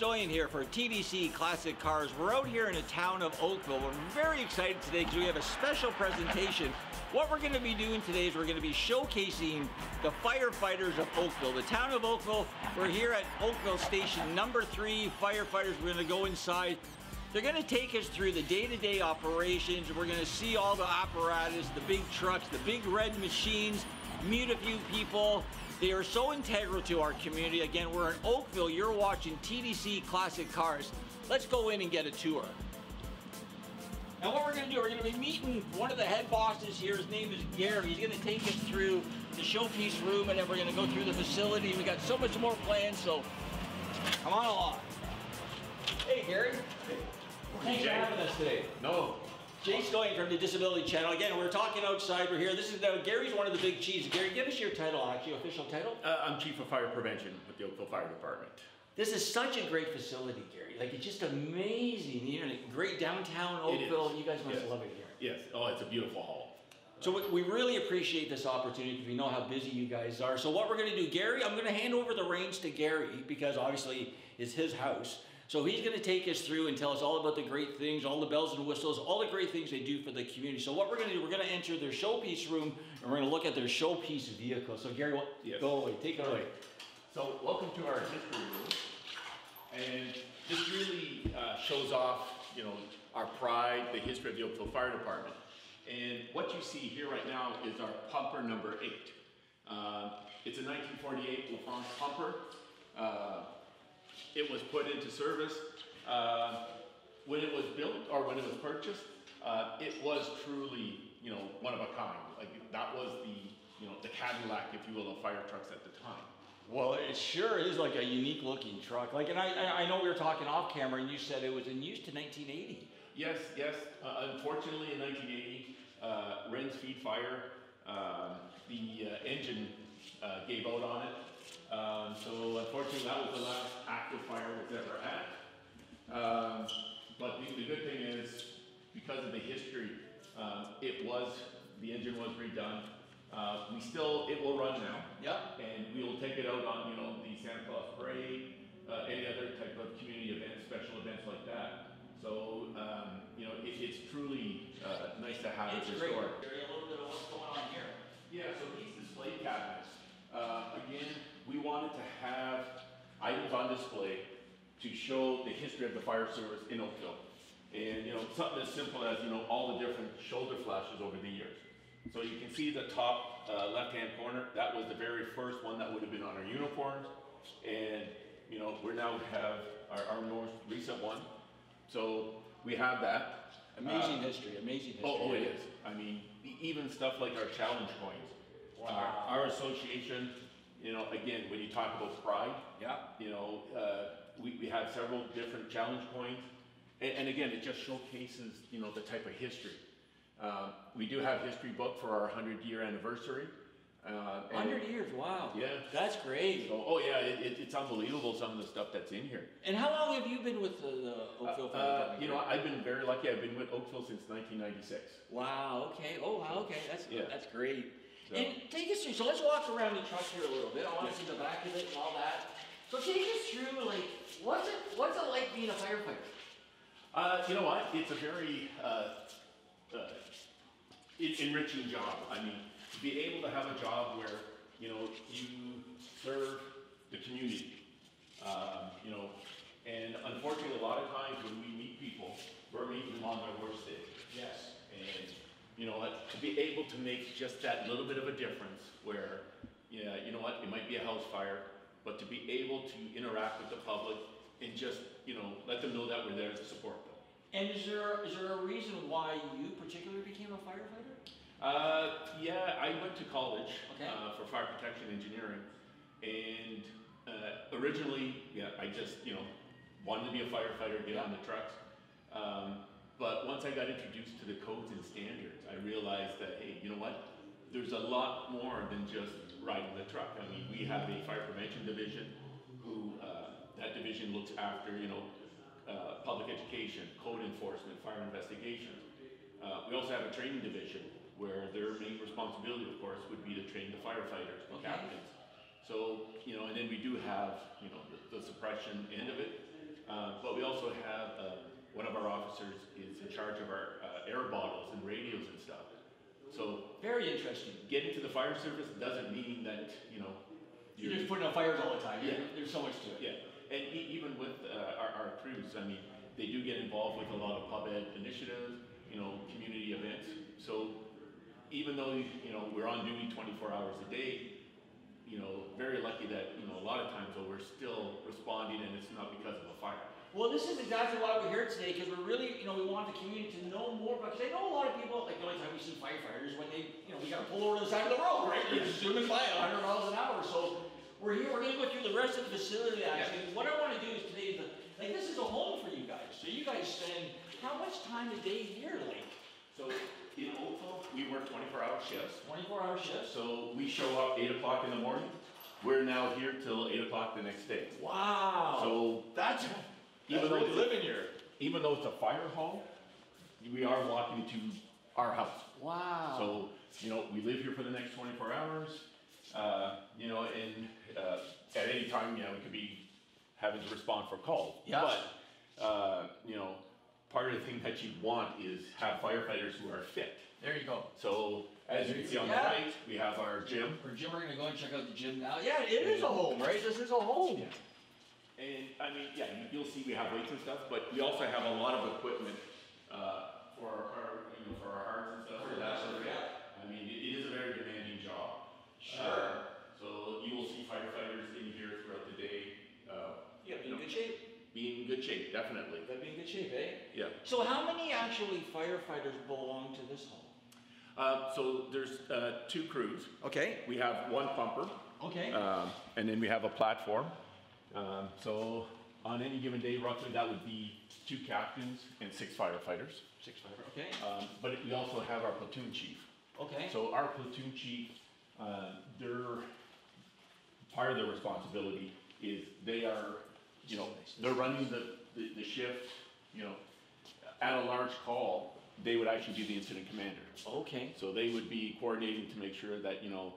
Lane here for TDC Classic Cars. We're out here in the town of Oakville. We're very excited today because we have a special presentation. What we're going to be doing today is we're going to be showcasing the firefighters of Oakville, the town of Oakville. We're here at Oakville Station number three. Firefighters, we're going to go inside. They're going to take us through the day to day operations. We're going to see all the apparatus, the big trucks, the big red machines, meet a few people. They are so integral to our community. Again, we're in Oakville. You're watching TDC Classic Cars. Let's go in and get a tour. And what we're going to do, we're going to be meeting one of the head bosses here. His name is Gary. He's going to take us through the showpiece room, and then we're going to go through the facility. We got so much more planned, so come on along. Hey, Gary. Thanks for having us today. No. Jay Stoyan from the Disability Channel. Again, we're talking outside. We're here. This is now Gary's one of the big cheese. Gary, give us your title, actually, official title. Uh, I'm Chief of Fire Prevention with the Oakville Fire Department. This is such a great facility, Gary. Like it's just amazing. You know, great downtown It is. Oakville. You guys must Yes. love it here. Yes. Oh, it's a beautiful hall. So we, we really appreciate this opportunity because we know how busy you guys are. So what we're going to do, Gary, I'm going to hand over the reins to Gary because obviously it's his house. So he's going to take us through and tell us all about the great things, all the bells and whistles, all the great things they do for the community. So what we're going to do, we're going to enter their showpiece room and we're going to look at their showpiece vehicle. So Gary, what, Yes. go away, take it away. So, welcome to our history room. And this really uh, shows off, you know, our pride, the history of the Oakville Fire Department. And what you see here right now is our pumper number eight. Uh, it's a 1948 LaFrance pumper. Uh, it was put into service. Uh, when it was built or when it was purchased, uh, it was truly, you know, one of a kind. Like that was the, you know, the Cadillac, if you will, of fire trucks at the time. Well, it sure is like a unique looking truck. Like, and I, I- I know we were talking off camera and you said it was in use to 1980. Yes, yes. Uh, unfortunately, in 1980, uh, Ren's Feed Fire, um, the uh, engine uh, gave out on it. Um, so unfortunately, that was the last active fire we've ever had. Um, but the, the good thing is, because of the history, um, it was the engine was redone. Uh, we still it will run now. Yep. And we will take it out on, you know, the Santa Claus parade, uh, any other type of community events, special events like that. So, um, you know, it, it's truly uh, nice to have it restored. Gary, a little bit of what's going on here. Yeah, so these display cabinets, uh, again, we wanted to have items on display to show the history of the fire service in Oakville. And, you know, something as simple as, you know, all the different shoulder flashes over the years. So you can see the top uh, left-hand corner, that was the very first one that would have been on our uniforms. And, you know, we now have our, our most recent one. So we have that. Amazing Uh, history, amazing history. Oh, oh, it is. I mean, e- even stuff like our challenge coins. Wow. Our, our association, you know, again, when you talk about pride, Yeah. you know, uh, we, we have several different challenge coins. And, and again, it just showcases, you know, the type of history. Um, we do have history book for our 100 year anniversary. Uh, and- 100 years, wow. Yeah. That's great. So, oh, yeah, it, it, it's unbelievable some of the stuff that's in here. And how long have you been with the, the Oakville Fire Uh, Department? you know, I've been very lucky. I've been with Oakville since 1996. Wow, okay. Oh, wow, okay. That's Yeah. that's great. So- And take us through. So let's walk around the truck here a little bit. I want to see the back of it and all that. So take us through, like, what's it what's it like being a firefighter? Uh, you know what? It's a very uh, uh, en- enriching job. I mean, to be able to have a job where you know you serve the community. Um, you know, and unfortunately, a lot of times when we meet people, we're meeting them on their worst day. Yes. And you know what? To be able to make just that little bit of a difference, where yeah, you know what? It might be a house fire, but to be able to interact with the public and just you know let them know that we're there to support them. And is there is there a reason why you particularly became a firefighter? Uh, yeah, I went to college Okay. uh, for fire protection engineering, and uh, originally, yeah, I just you know wanted to be a firefighter, get on the trucks. Um, but once I got introduced to the codes and standards, I realized that hey, you know what? There's a lot more than just riding the truck. I mean, we have a fire prevention division, who uh, that division looks after you know uh, public education, code enforcement, fire investigations. Uh, we also have a training division where their main responsibility, of course, would be to train the firefighters, the Okay. captains. So, you know, and then we do have, you know, the, the suppression end of it. Uh, but we also have uh, one of our officers is in charge of our uh, air bottles and radios and stuff. So Very interesting. getting to the fire service doesn't mean that you know You're just putting out fires all the time. Yeah. There's so much to it. Yeah, and e- even with uh, our, our crews, I mean, they do get involved with a lot of pub ed initiatives, you know, community events. So even though, you know, we're on duty 24 hours a day, you know, very lucky that, you know, a lot of times though, we're still responding and it's not because of a fire. Well, this is exactly why we're here today because we're really, you know, we want the community to know more about. Because I know a lot of people, like the only time we see firefighters is when they, you know, we got to pull over to the side of the road, right? You're zooming by at 100 miles an hour. So we're here. We're going to go through the rest of the facility. Actually, what I want to do is today, is the, like, this is a home for you guys. So you guys spend how much time a day here? Like So in Oakville, we work 24 hour shifts. 24 hour shifts. So we show up 8 o'clock in the morning. We're now here till 8 o'clock the next day. Wow. So that's even even though really it's- living here. even though it's a fire hall, we are walking to our house. Wow. So, you know, we live here for the next twenty-four hours, uh, you know, and, uh, at any time, you know, we could be having to respond for calls. Yeah. But, uh, you know, part of the thing that you want is have firefighters who are fit. there you go. So, as you can see on the Yeah. right, we have our gym. Or Jim, we're gonna go and check out the gym now. Yeah, it is a home, right? This is a home. Yeah. And, I mean, yeah, you- you'll see we have weights and stuff, but we also have a lot of equipment, uh, for our, our, you know, for our hearts and stuff. For that, sure, yeah. I mean, it- it is a very demanding job. Sure. Uh, So you will see firefighters in here throughout the day, uh, Yeah, be in good shape. be in good shape, definitely. Gotta be in good shape, eh? Yeah. So how many actually firefighters belong to this home? Uh, so there's uh, two crews. Okay. We have one pumper, Okay. um, and then we have a platform. Um, so on any given day, roughly that would be two captains and six firefighters. Six firefighters. Okay. Um, but we also have our platoon chief. Okay. So our platoon chief, uh, their, part of their responsibility is they are, you know, they're running the, the, the shift, you know, at a large call, they would actually be the incident commander. Okay. So they would be coordinating to make sure that, you know,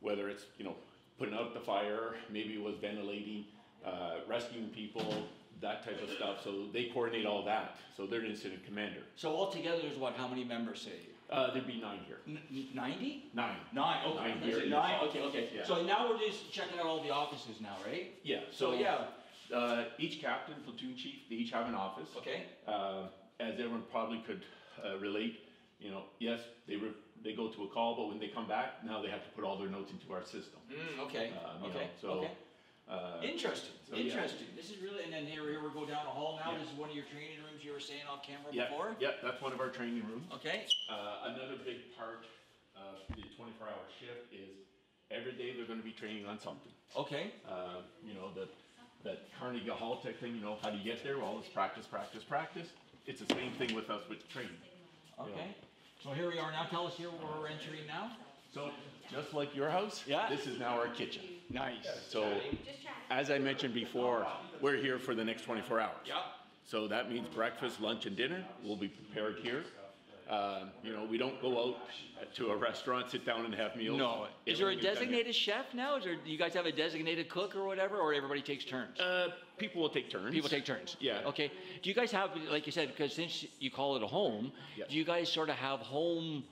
whether it's, you know, putting out the fire, maybe it was ventilating, uh, rescuing people, that type of stuff. So they coordinate all that. So they're the incident commander. So altogether, there's what? How many members say? Uh, there'd be nine here. Ninety? Nine. Nine. Okay. Nine that's here it, in the Nine. hall. Okay. Okay. Yeah. So now we're just checking out all the offices now, right? Yeah, So so. yeah. Uh, each captain, platoon chief, they each have an office. Okay. Um, as everyone probably could uh, relate, you know, yes, they re- they go to a call, but when they come back, now they have to put all their notes into our system. Mm, okay. Um, you know, okay. so, okay. Uh, Interesting. so, yeah. Interesting. This is really, and then here, here we go down the hall now. Yeah. This is one of your training rooms you were saying off camera yeah, before. yeah, that's one of our training rooms. Okay. Uh, another big part of the 24-hour shift is every day they're going to be training on something. Okay. Uh, you know, the that Carnegie Hall type thing. You know, how do you get there? Well, it's practice, practice, practice. It's the same thing with us with training. Okay. So here we are now. Tell us here where we're entering now. So, just like your house, Yeah. this is now our kitchen. Nice. So, Just try. as I mentioned before, we're here for the next 24 hours. Yep. So that means breakfast, lunch, and dinner will be prepared here. Um, you know, we don't go out to a restaurant, sit down and have meals. No. Is there a Everything's done here. designated chef now? Is there, do you guys have a designated cook or whatever, or everybody takes turns? Uh, people will take turns. People take turns. Yeah. Okay. Do you guys have, like you said, because since you call it a home, Yeah. do you guys sort of have home,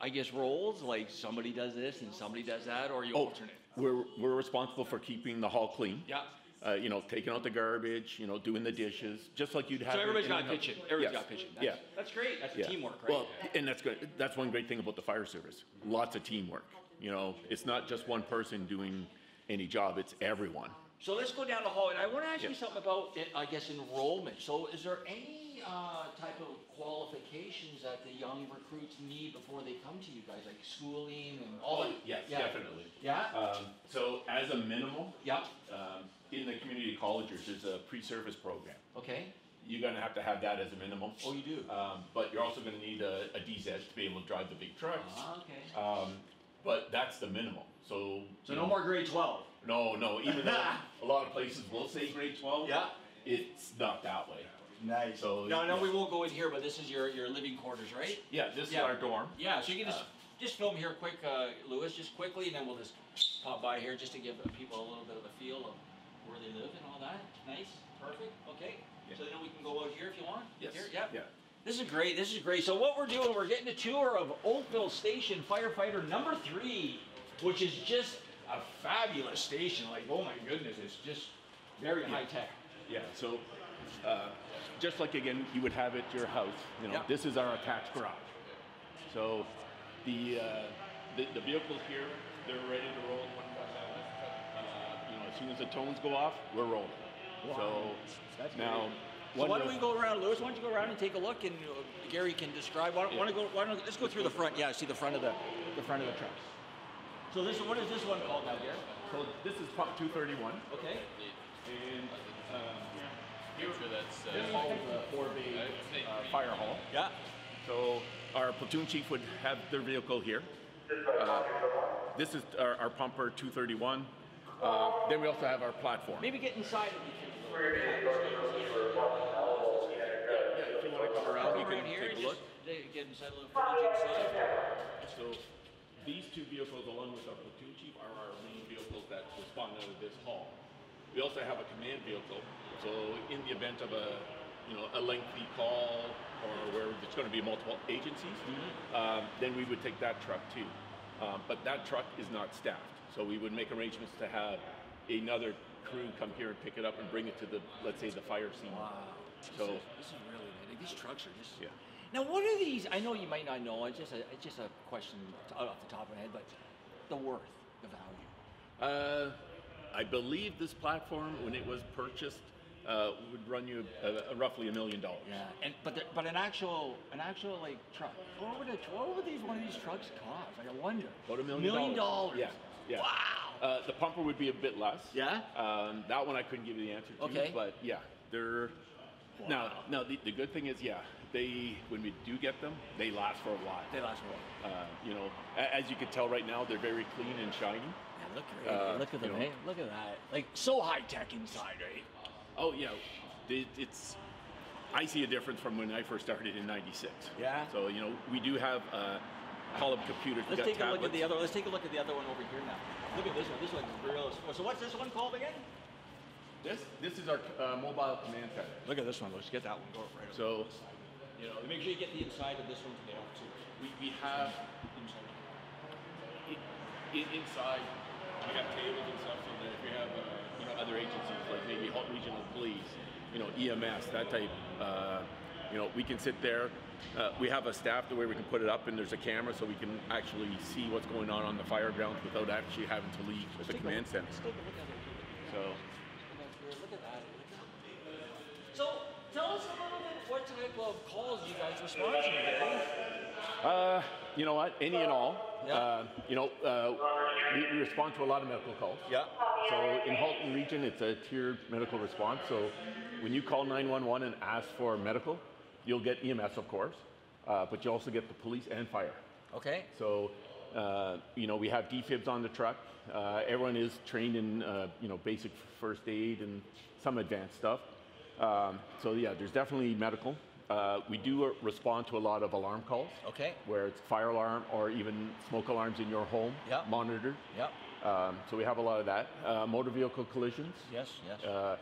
I guess, roles? Like somebody does this and somebody does that, or you Oh, alternate? we're, we're responsible for keeping the hall clean. Yeah. Uh, you know, taking out the garbage, you know, doing the dishes, just like you'd have. So in- everybody's in got a another- kitchen. Everybody's Yes. got a kitchen. Yeah. That's, that's great. That's Yeah. teamwork, right? Well, and that's good. That's one great thing about the fire service. Lots of teamwork. You know, it's not just one person doing any job. It's everyone. So let's go down the hall, and I want to ask you Yeah. something about, eh, I guess, enrollment. So is there any uh, type of qualifications that the young recruits need before they come to you guys, like schooling and all that? yeah. definitely. Yeah? Um, so as a minimal, Yeah, um, in the community colleges, there's a pre-service program. okay. You're gonna have to have that as a minimum. Oh, you do? Um, but you're also gonna need a, a DZ to be able to drive the big trucks. Ah, Okay. Um, but that's the minimum. So So you no know, more grade 12? No, no. Even though a lot of places will say grade twelve. Yeah. It's not that way. Nice. So No, no, we won't go in here, but this is your, your living quarters, right? Yeah, this Yeah. is our dorm. Yeah, so you Uh, can just, just film here quick, uh, Louis, just quickly, and then we'll just pop by here just to give the people a little bit of a feel of where they live and all that. Nice, perfect, okay. Yeah. So then we can go out here if you want. Yes. Here, yep. Yeah. This is great. This is great. So what we're doing, we're getting a tour of Oakville Station firefighter number three, which is just a fabulous station. Like, oh my goodness, it's just very high tech. Yeah, so uh, just like again, you would have at your house, you know, Yeah. this is our attached garage. So the, uh, the the vehicles here, they're ready to roll 24/7. Uh, you know, as soon as the tones go off, we're rolling. Wow. So That's now, great. So one why of- don't we go around, Lewis? Why don't you go around and take a look, and uh, Gary can describe. Why don't, why don't go? Why don't let's go through the front? Yeah, see the front of the the front of the trucks. So this what is this one called now, Gary? So this is pump 231, Okay. and um, Sure, that's, this uh, hall is a four bay uh, fire hall. Yeah. So our platoon chief would have their vehicle here. Uh, this is our, our pumper 231. Uh, then we also have our platform. Maybe get inside. If you can. Yeah, if you want to come around, you Come can around here and take a look. just they get inside a little footage inside. So these two vehicles, along with our platoon chief, are our main vehicles that respond out of this hall. We also have a command vehicle. So in the event of a you know a lengthy call or where there's going to be multiple agencies, um, then we would take that truck too. Um, but that truck is not staffed, so we would make arrangements to have another crew come here and pick it up and bring it to the let's say the fire scene. So This is really neat. These trucks are just. Yeah. Now, what are these? I know you might not know. It's just a, it's just a question t- off the top of my head, but the worth, the value. Uh, I believe this platform, when it was purchased, uh, would run you uh, roughly a million dollars. Yeah. And but the, but an actual an actual like truck. What would a, tr- what would these one of these trucks cost? Like I wonder. About a million Million dollars. Yeah, yeah. Wow. Uh, the pumper would be a bit less. Yeah? Um, that one I couldn't give you the answer to. Okay. But yeah, they're. Now, now the, the good thing is, yeah, they when we do get them, they last for a while. They last more. Uh, you know, a- as you can tell right now, they're very clean and shiny. Yeah, look great. Uh, look at you them. know. eh? Look at that. Like so high tech inside, eh? right? Oh yeah, it, it's. I see a difference from when I first started in '96. Yeah? So you know, we do have uh, column computers. we Let's got take a tablets. look at the other. Let's take a look at the other one over here now. Look at this one. This one's real. So what's this one called again? This this is our uh, mobile command center. Look at this one. Let's get that one. Go right over. So You know, make sure you get the inside of this one today too. we, we have in, inside we have tables and stuff so that if we have uh, you know other agencies like maybe Hot Regional Police, you know EMS that type, uh, you know we can sit there. Uh, we have a staff the way we can put it up and there's a camera so we can actually see what's going on on the fire grounds without actually having to leave the Take a command look. center. Let's take a look at it. So Look at that. So tell us a little bit what type of calls you guys respond to. Gary. Uh, you know what? Any and all. Yeah. Uh, you know, uh, we, we respond to a lot of medical calls. Yeah. So in Halton region, it's a tiered medical response. So when you call 911 and ask for medical, you'll get EMS, of course, uh, but you also get the police and fire. Okay. So, uh, you know, we have defibs on the truck. Uh, everyone is trained in, uh, you know, basic first aid and some advanced stuff. Um, so yeah, there's definitely medical. Uh, we do uh, respond to a lot of alarm calls. Okay. Where it's fire alarm or even smoke alarms in your home. Yeah. Monitored. Yep. Um, so we have a lot of that. Uh, motor vehicle collisions. Yes. Yes. Uh,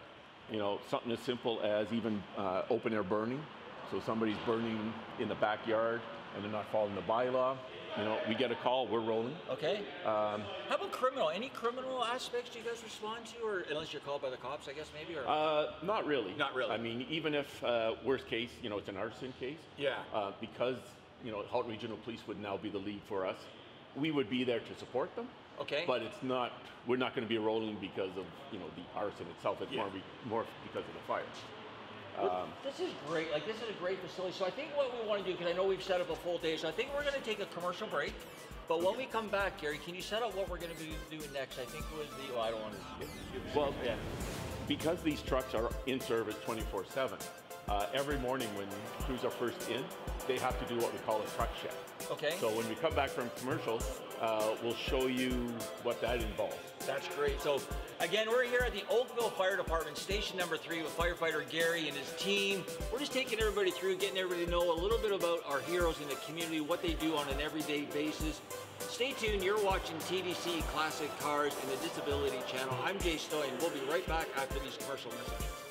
you know, something as simple as even uh, open air burning. So somebody's burning in the backyard and they're not following the bylaw. You know, we get a call, we're rolling. okay. Um, How about criminal? Any criminal aspects you guys respond to, or unless you're called by the cops, I guess maybe. Or uh, not really. Not really. I mean, even if uh, worst case, you know, it's an arson case. Yeah. Uh, because you know, Halton Regional Police would now be the lead for us. We would be there to support them. okay. But it's not. We're not going to be rolling because of you know the arson itself. It's Yeah. more, be, more because of the fire. um, Well, this is great. Like this is a great facility. So I think what we want to do, because I know we've set up a full day, so I think we're going to take a commercial break. But when we come back, Gary, can you set up what we're going to be doing next? I think was the. Oh, I don't want to. Well, because these trucks are in service 24 7, uh, every morning when crews are first in, they have to do what we call a truck check. Okay. So when we come back from commercial, uh, we'll show you what that involves. That's great. So, again, we're here at the Oakville Fire Department, station number three, with firefighter Gary and his team. We're just taking everybody through, getting everybody to know a little bit about our heroes in the community, what they do on an everyday basis. Stay tuned. You're watching TDC Classic Cars and the Disability Channel. I'm Jay Stoyan. We'll be right back after these commercial messages.